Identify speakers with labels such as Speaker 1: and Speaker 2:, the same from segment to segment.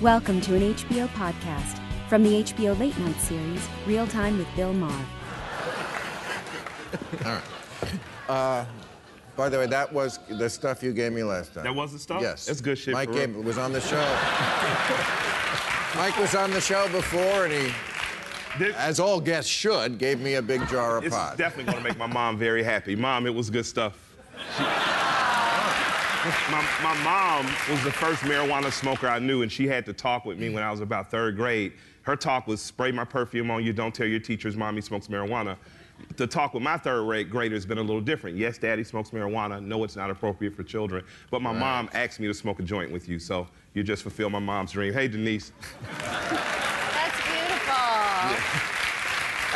Speaker 1: Welcome to an HBO podcast from the HBO Late Night series, Real Time with Bill Maher.
Speaker 2: By the way, that was the stuff you gave me last time.
Speaker 3: That was the stuff?
Speaker 2: Yes.
Speaker 3: That's good shit,
Speaker 2: Mike
Speaker 3: for real.
Speaker 2: gave, was on the show. Mike was on the show before, and he,
Speaker 3: This-
Speaker 2: as all guests should, gave me a big jar of
Speaker 3: it's
Speaker 2: pot.
Speaker 3: definitely going to make my mom very happy. Mom, it was good stuff. She- my, my mom was the first marijuana smoker I knew, and she had to talk with me when I was about third grade. Her talk was spray my perfume on you, don't tell your teachers mommy smokes marijuana. The talk with my third ra- grader has been a little different. Yes, daddy smokes marijuana. No, it's not appropriate for children. But my mom asked me to smoke a joint with you, so you just fulfilled my mom's dream. Hey, Denise.
Speaker 4: That's beautiful.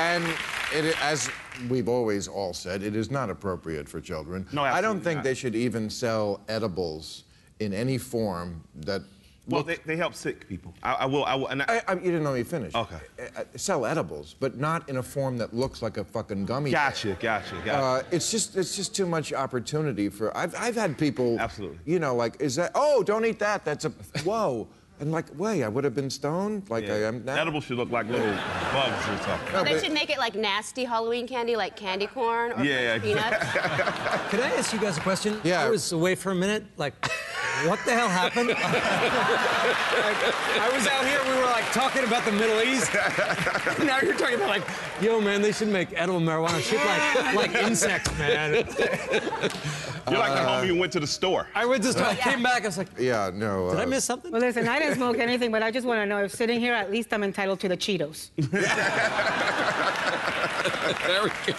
Speaker 2: And it, as we've always all said, it is not appropriate for children.
Speaker 3: No,
Speaker 2: I don't
Speaker 3: absolutely
Speaker 2: think
Speaker 3: not.
Speaker 2: they should even sell edibles in any form that.
Speaker 3: Well, they, they help sick people. I, I will. I will and I,
Speaker 2: I, I, you didn't let me finish.
Speaker 3: Okay.
Speaker 2: Uh, uh, sell edibles, but not in a form that looks like a fucking gummy.
Speaker 3: Gotcha, gotcha, gotcha.
Speaker 2: Uh, it's just it's just too much opportunity for. I've I've had people.
Speaker 3: Absolutely.
Speaker 2: You know, like is that? Oh, don't eat that. That's a whoa. And like, wait, I would have been stoned. Like I
Speaker 3: Yeah.
Speaker 2: am now.
Speaker 3: Edible should look like little bugs or something.
Speaker 2: um, No,
Speaker 4: They
Speaker 2: but-
Speaker 4: should make it like nasty Halloween candy, like candy corn or
Speaker 3: Yeah,
Speaker 4: French peanuts.
Speaker 5: Can I ask you guys a question?
Speaker 2: Yeah.
Speaker 5: I was away for a minute. Like, what the hell happened? Like, I was out here. We were like talking about the Middle East. now you're talking about like, yo, man, they should make edible marijuana shit like like insects, man.
Speaker 3: You're like the homie who went to the store.
Speaker 5: I went this. I came back. I was like, did
Speaker 2: yeah, no.
Speaker 5: I
Speaker 2: uh,
Speaker 5: miss something?
Speaker 6: Well, listen, I didn't smoke anything, but I just want to know if sitting here, at least I'm entitled to the Cheetos.
Speaker 7: There we go.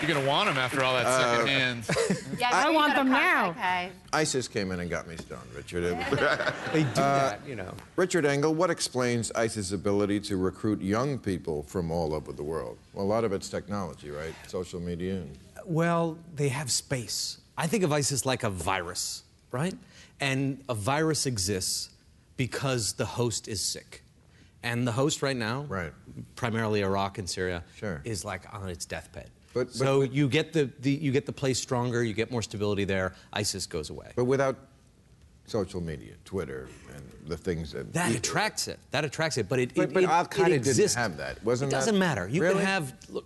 Speaker 7: You're gonna want them after all that
Speaker 2: Uh,
Speaker 7: secondhand.
Speaker 4: Yeah,
Speaker 6: I
Speaker 4: you
Speaker 6: want
Speaker 4: got a
Speaker 6: them now.
Speaker 4: contact high.
Speaker 2: ISIS came in and got me stoned, Richard. It-
Speaker 5: They do that, you know.
Speaker 2: Richard Engel, what explains ISIS' ability to recruit young people from all over the world? Well, a lot of it's technology, right? Social media. And...
Speaker 5: Well, they have space. I think of ISIS like a virus, right? And a virus exists because the host is sick. And the host right now,
Speaker 2: Right.
Speaker 5: primarily Iraq and Syria,
Speaker 2: Sure.
Speaker 5: is like on its deathbed.
Speaker 2: But- but-
Speaker 5: so you get the, the you get the place stronger, you get more stability there. ISIS goes away.
Speaker 2: But without social media, Twitter, and the things that.
Speaker 5: That attracts it. That attracts it. But it,
Speaker 2: But-
Speaker 5: it,
Speaker 2: but
Speaker 5: it-
Speaker 2: Al-Qaeda
Speaker 5: it
Speaker 2: didn't
Speaker 5: exists.
Speaker 2: have that. Wasn't
Speaker 5: it doesn't
Speaker 2: that-
Speaker 5: matter. You
Speaker 2: Really?
Speaker 5: can have look,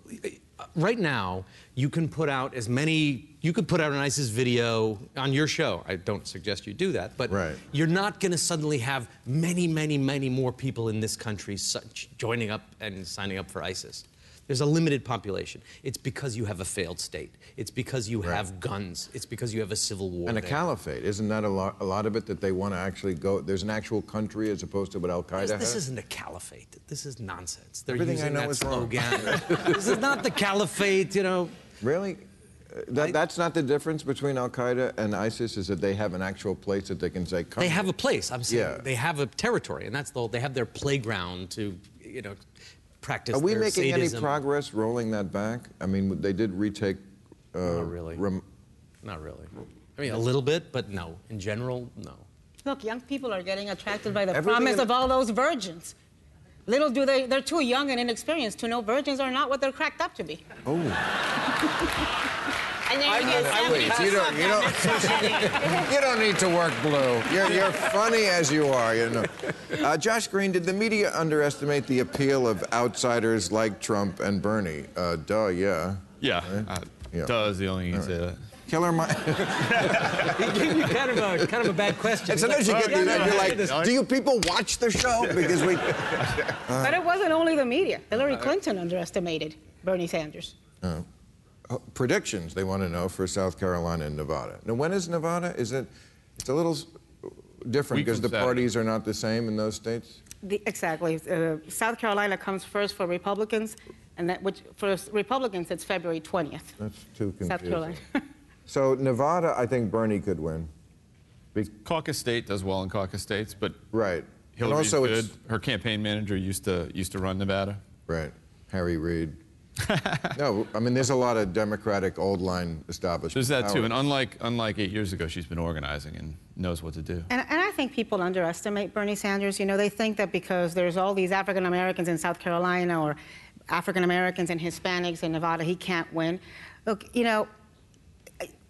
Speaker 5: uh, right now. You can put out as many. You could put out an ISIS video on your show. I don't suggest you do that, but
Speaker 2: Right.
Speaker 5: you're not going to suddenly have many, many, many more people in this country such joining up and signing up for ISIS. There's a limited population. It's because you have a failed state. It's because you have guns. It's because you have a civil war.
Speaker 2: And a
Speaker 5: there.
Speaker 2: caliphate, isn't that a lot, a lot of it that they want to actually go? There's an actual country as opposed to what Al Qaeda
Speaker 5: This,
Speaker 2: has.
Speaker 5: this isn't a caliphate. This is nonsense. They're
Speaker 2: uh-huh. Everything I
Speaker 5: using
Speaker 2: know
Speaker 5: that
Speaker 2: is wrong.
Speaker 5: slogan. this is not the caliphate, you know.
Speaker 2: Really? Uh, That, that's not the difference between Al Qaeda and ISIS is that they have an actual place that they can say. Come
Speaker 5: They
Speaker 2: here."
Speaker 5: have a place. I'm saying
Speaker 2: Yeah.
Speaker 5: they have a territory, and that's the whole, they have their playground to, you know, practice.
Speaker 2: Are we
Speaker 5: their
Speaker 2: making
Speaker 5: sadism.
Speaker 2: any progress rolling that back? I mean, they did retake. Uh,
Speaker 5: Not really.
Speaker 2: Ram-
Speaker 5: Not really. I mean, a little bit, but no. In general, no.
Speaker 6: Look, young people are getting attracted by the
Speaker 2: Everything
Speaker 6: promise
Speaker 2: in-
Speaker 6: of all those virgins. Little do they, they're too young and inexperienced to know virgins are not what they're cracked up to be.
Speaker 4: And then you get
Speaker 2: wait,
Speaker 4: 72
Speaker 2: you don't-
Speaker 4: of
Speaker 2: you
Speaker 4: them.
Speaker 2: don't-
Speaker 4: That's so many.
Speaker 2: You don't need to work blue. You're, you're funny as you are, you know. Uh, Josh Green, did the media underestimate the appeal of outsiders like Trump and Bernie? Uh, duh, yeah.
Speaker 7: Yeah.
Speaker 2: Right?
Speaker 7: Uh,
Speaker 2: Yeah.
Speaker 7: Duh is the only uh, you can say that.
Speaker 2: Killer Mike.
Speaker 5: He gave you kind of a kind of a bad question.
Speaker 2: and sometimes you get
Speaker 5: "Oh,
Speaker 2: these,
Speaker 5: yeah,
Speaker 2: and you're
Speaker 5: yeah,
Speaker 2: like,
Speaker 5: yeah, yeah."
Speaker 2: do you people watch the show? Because we. uh,
Speaker 6: but it wasn't only the media. Hillary Clinton underestimated Bernie Sanders.
Speaker 2: Uh, predictions they want to know for South Carolina and Nevada. Now, when is Nevada? Is it? It's a little s- different
Speaker 7: Week
Speaker 2: because
Speaker 7: from
Speaker 2: the
Speaker 7: Saturday.
Speaker 2: parties are not the same in those states.
Speaker 6: The, exactly. Uh, South Carolina comes first for Republicans, and that which for Republicans it's February 20th.
Speaker 2: That's too confusing.
Speaker 6: South Carolina.
Speaker 2: So Nevada, I think Bernie could win.
Speaker 7: Caucus state does well in caucus states, but
Speaker 2: Right. and
Speaker 7: Hillary's
Speaker 2: also
Speaker 7: good.
Speaker 2: it's
Speaker 7: Her campaign manager used to used to run Nevada.
Speaker 2: right. Harry Reid. no, I mean there's a lot of Democratic old line establishment.
Speaker 7: There's that too,
Speaker 2: power.
Speaker 7: and unlike unlike eight years ago, she's been organizing and knows what to do.
Speaker 6: And, and I think people underestimate Bernie Sanders. You know, they think that because there's all these African Americans in South Carolina or African Americans and Hispanics in Nevada, he can't win. Look, you know,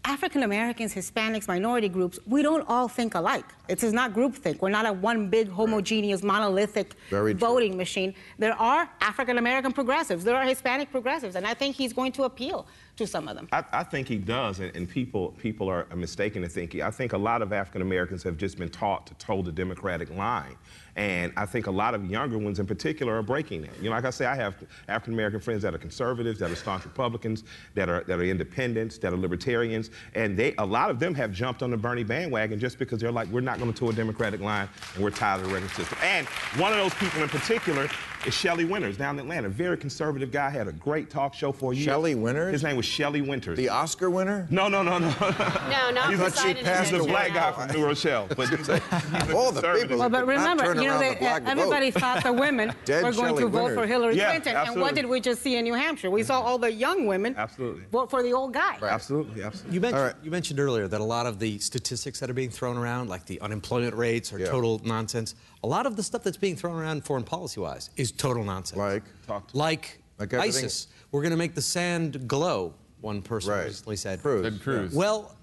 Speaker 6: African Americans, Hispanics, minority groups, we don't all think alike. It is not groupthink. We're not a one big homogeneous monolithic
Speaker 2: Very true.
Speaker 6: voting machine. There are African American progressives, there are Hispanic progressives, and I think he's going to appeal to some of them.
Speaker 3: I, I think he does, and, and people people are mistaken to think. I think a lot of African Americans have just been taught to toe the Democratic line, and I think a lot of younger ones in particular are breaking that. You know, like I say, I have African American friends that are conservatives, that are staunch Republicans, that are that are independents, that are libertarians, and they a lot of them have jumped on the Bernie bandwagon just because they're like, we're not going to toe a Democratic line, and we're tired of the record system. And one of those people in particular is Shelley Winters down in Atlanta. Very conservative guy, had a great talk show for you.
Speaker 2: Shelley Winters?
Speaker 3: His name was Shelley Winters.
Speaker 2: The Oscar winner?
Speaker 3: No, no, no, no.
Speaker 4: No, not
Speaker 3: He's
Speaker 2: But she
Speaker 4: Poseidon. and
Speaker 2: passed
Speaker 3: He's
Speaker 2: the
Speaker 3: a
Speaker 4: Ventura.
Speaker 3: black guy from New Rochelle. But he's a, he's a
Speaker 2: All the
Speaker 3: conservative.
Speaker 2: people.
Speaker 6: Well,
Speaker 2: could not
Speaker 6: but remember,
Speaker 2: turn
Speaker 6: you know,
Speaker 2: around
Speaker 6: they,
Speaker 2: the block to
Speaker 6: everybody
Speaker 2: vote.
Speaker 6: thought the women
Speaker 2: Dead
Speaker 6: were going
Speaker 2: Shelley
Speaker 6: to vote for
Speaker 2: Winters.
Speaker 6: Hillary
Speaker 3: Yeah,
Speaker 6: Clinton. And
Speaker 3: absolutely.
Speaker 6: what did we just see in New Hampshire? We saw all the young women
Speaker 3: Absolutely.
Speaker 6: vote for the old guy.
Speaker 3: Absolutely, absolutely.
Speaker 5: You mentioned,
Speaker 2: All right.
Speaker 5: you mentioned earlier that a lot of the statistics that are being thrown around, like the unemployment rates, are
Speaker 2: Yeah.
Speaker 5: total nonsense. A lot of the stuff that's being thrown around foreign policy wise is total nonsense.
Speaker 2: Like?
Speaker 3: Talk to-
Speaker 5: like,
Speaker 2: Like everything-
Speaker 5: ISIS. We're going to make the sand glow, one person
Speaker 2: Right.
Speaker 5: recently said.
Speaker 2: Cruz.
Speaker 7: Ted Cruz.
Speaker 5: Well,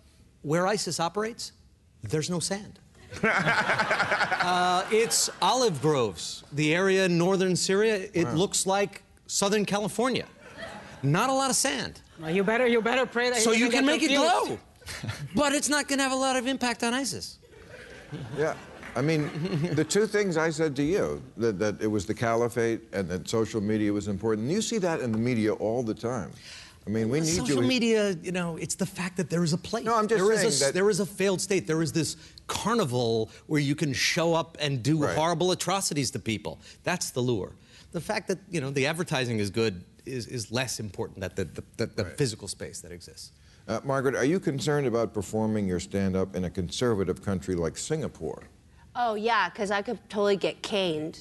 Speaker 5: where ISIS operates, there's no sand. uh, it's olive groves, the area in northern Syria. It looks like Southern California. Not a lot of sand.
Speaker 6: Well, you better, you better pray that.
Speaker 5: So
Speaker 6: he
Speaker 5: you
Speaker 6: doesn't
Speaker 5: can make
Speaker 6: get
Speaker 5: it
Speaker 6: confused.
Speaker 5: glow. but it's not going to have a lot of impact on ISIS.
Speaker 2: Yeah. I mean, the two things I said to you, that, that it was the caliphate and that social media was important. You see that in the media all the time. I mean, we need you.
Speaker 5: Social media, you know, it's the fact that there is a place.
Speaker 2: No, I'm just
Speaker 5: There is
Speaker 2: saying
Speaker 5: a,
Speaker 2: that-
Speaker 5: there is a failed state. There is this carnival where you can show up and do
Speaker 2: Right.
Speaker 5: horrible atrocities to people. That's the lure. The fact that you know the advertising is good is, is less important than the, the, the, the physical space that exists.
Speaker 2: Uh, Margaret, are you concerned about performing your stand up in a conservative country like Singapore?
Speaker 4: Oh, yeah, because I could totally get caned.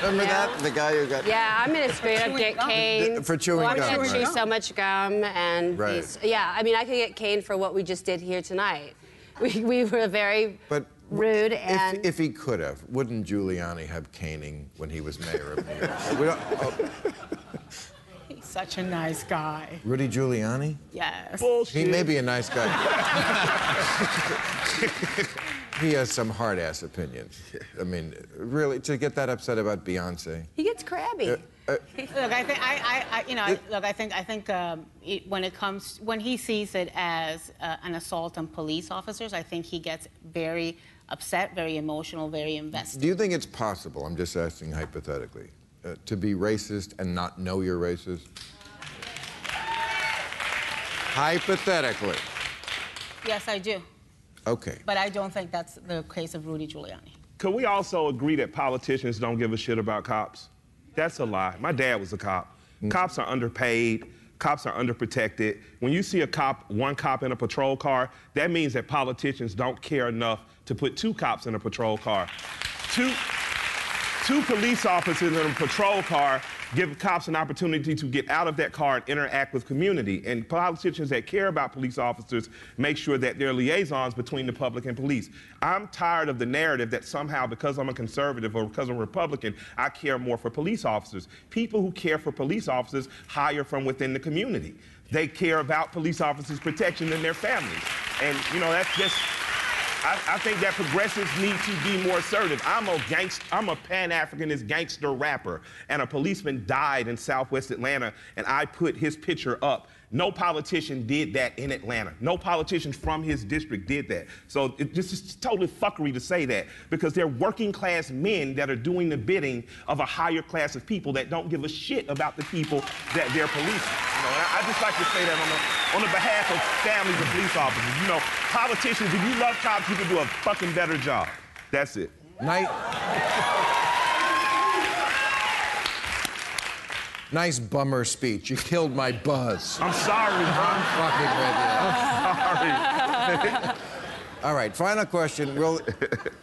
Speaker 2: Remember
Speaker 4: Yeah.
Speaker 2: that? The guy who got.
Speaker 4: Yeah, I'm gonna straight up get caned.
Speaker 2: For chewing
Speaker 4: Well, I'm
Speaker 2: gum,
Speaker 4: gonna
Speaker 2: right.
Speaker 4: chew so much gum and
Speaker 2: Right.
Speaker 4: these- yeah. I mean, I could get caned for what we just did here tonight. We, we were very
Speaker 2: But
Speaker 4: rude
Speaker 2: if,
Speaker 4: and
Speaker 2: if he could have, wouldn't Giuliani have caning when he was mayor of New York? We don't- oh,
Speaker 6: He's such a nice guy.
Speaker 2: Rudy Giuliani?
Speaker 6: Yes.
Speaker 2: He may be a nice guy. he has some hard ass opinions. I mean, really, to get that upset about Beyonce.
Speaker 4: he gets crabby.
Speaker 2: Uh,
Speaker 6: look, I think I, I, I you know, I, look, I think I think um, it, when it comes when he sees it as uh, an assault on police officers, I think he gets very upset, very emotional, very invested.
Speaker 2: Do you think it's possible, I'm just asking hypothetically, uh, to be racist and not know you're racist? hypothetically.
Speaker 6: Yes, I do,
Speaker 2: Okay.
Speaker 6: but I don't think that's the case of Rudy Giuliani.
Speaker 3: Could we also agree that politicians don't give a shit about cops? That's a lie. My dad was a cop.
Speaker 2: Mm.
Speaker 3: Cops are underpaid. Cops are underprotected. When you see a cop, one cop in a patrol car, that means that politicians don't care enough to put two cops in a patrol car. Two, two police officers in a patrol car give cops an opportunity to get out of that car and interact with community. And politicians that care about police officers make sure that they're liaisons between the public and police. I'm tired of the narrative that somehow because I'm a conservative or because I'm a Republican, I care more for police officers. People who care for police officers hire from within the community. They care about police officers' protection and their families. And you know, that's just I, I think that progressives need to be more assertive. I'm a gangst, I'm a pan-Africanist gangster rapper, and a policeman died in Southwest Atlanta, and I put his picture up. No politician did that in Atlanta. No politician from his district did that. So it, this is totally fuckery to say that because they're working class men that are doing the bidding of a higher class of people that don't give a shit about the people that they're policing. You know, and I, I just like to say that on the, on the behalf of families of police officers. You know, politicians, if you love cops, you can do a fucking better job. That's it.
Speaker 2: Nice. nice bummer speech. You killed my buzz.
Speaker 3: I'm sorry,
Speaker 2: I'm fucking
Speaker 3: bro.
Speaker 2: with you.
Speaker 3: Sorry.
Speaker 2: All right, final question. Will,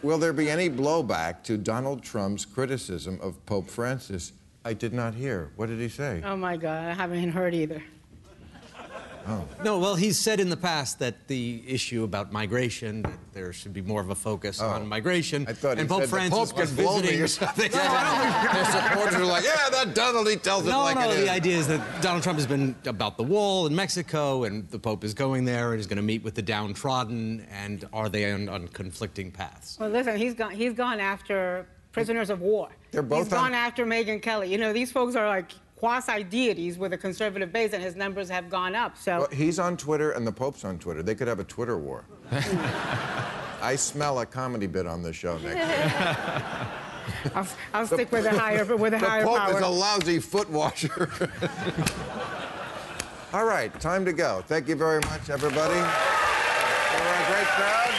Speaker 2: will there be any blowback to Donald Trump's criticism of Pope Francis? I did not hear. What did he say?
Speaker 6: Oh my God, I haven't heard either.
Speaker 5: No, well, he's said in the past that the issue about migration, that there should be more of a focus on migration.
Speaker 2: Oh, I thought he
Speaker 5: and Pope
Speaker 2: said the
Speaker 5: Francis
Speaker 2: Pope
Speaker 5: was
Speaker 2: can blow me
Speaker 5: visiting
Speaker 2: or something.
Speaker 5: No, I don't think-
Speaker 2: Their supporters are like, yeah, that Donald, he tells it
Speaker 5: No,
Speaker 2: like
Speaker 5: no,
Speaker 2: it
Speaker 5: the
Speaker 2: is.
Speaker 5: idea is that Donald Trump has been about the wall in Mexico, and the Pope is going there and is going to meet with the downtrodden, and are they on, on conflicting paths?
Speaker 6: Well, listen, he's gone. He's gone after prisoners of war.
Speaker 2: They're both
Speaker 6: He's gone
Speaker 2: on-
Speaker 6: after Megan Kelly. You know, these folks are like quasi deities with a conservative base, and his numbers have gone up. So
Speaker 2: Well, he's on Twitter and the Pope's on Twitter. They could have a Twitter war. I smell a comedy bit on this show next week.
Speaker 6: I'll, I'll stick with a higher with a
Speaker 2: The
Speaker 6: higher
Speaker 2: Pope
Speaker 6: power.
Speaker 2: is a lousy foot washer. All right, time to go. Thank you very much, everybody. We're a great crowd.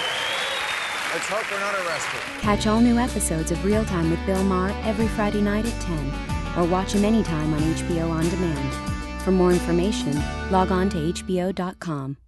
Speaker 2: Let's hope we're not arrested.
Speaker 1: Catch all new episodes of Real Time with Bill Maher every Friday night at 10, or watch him anytime on HBO On Demand. For more information, log on to HBO.com.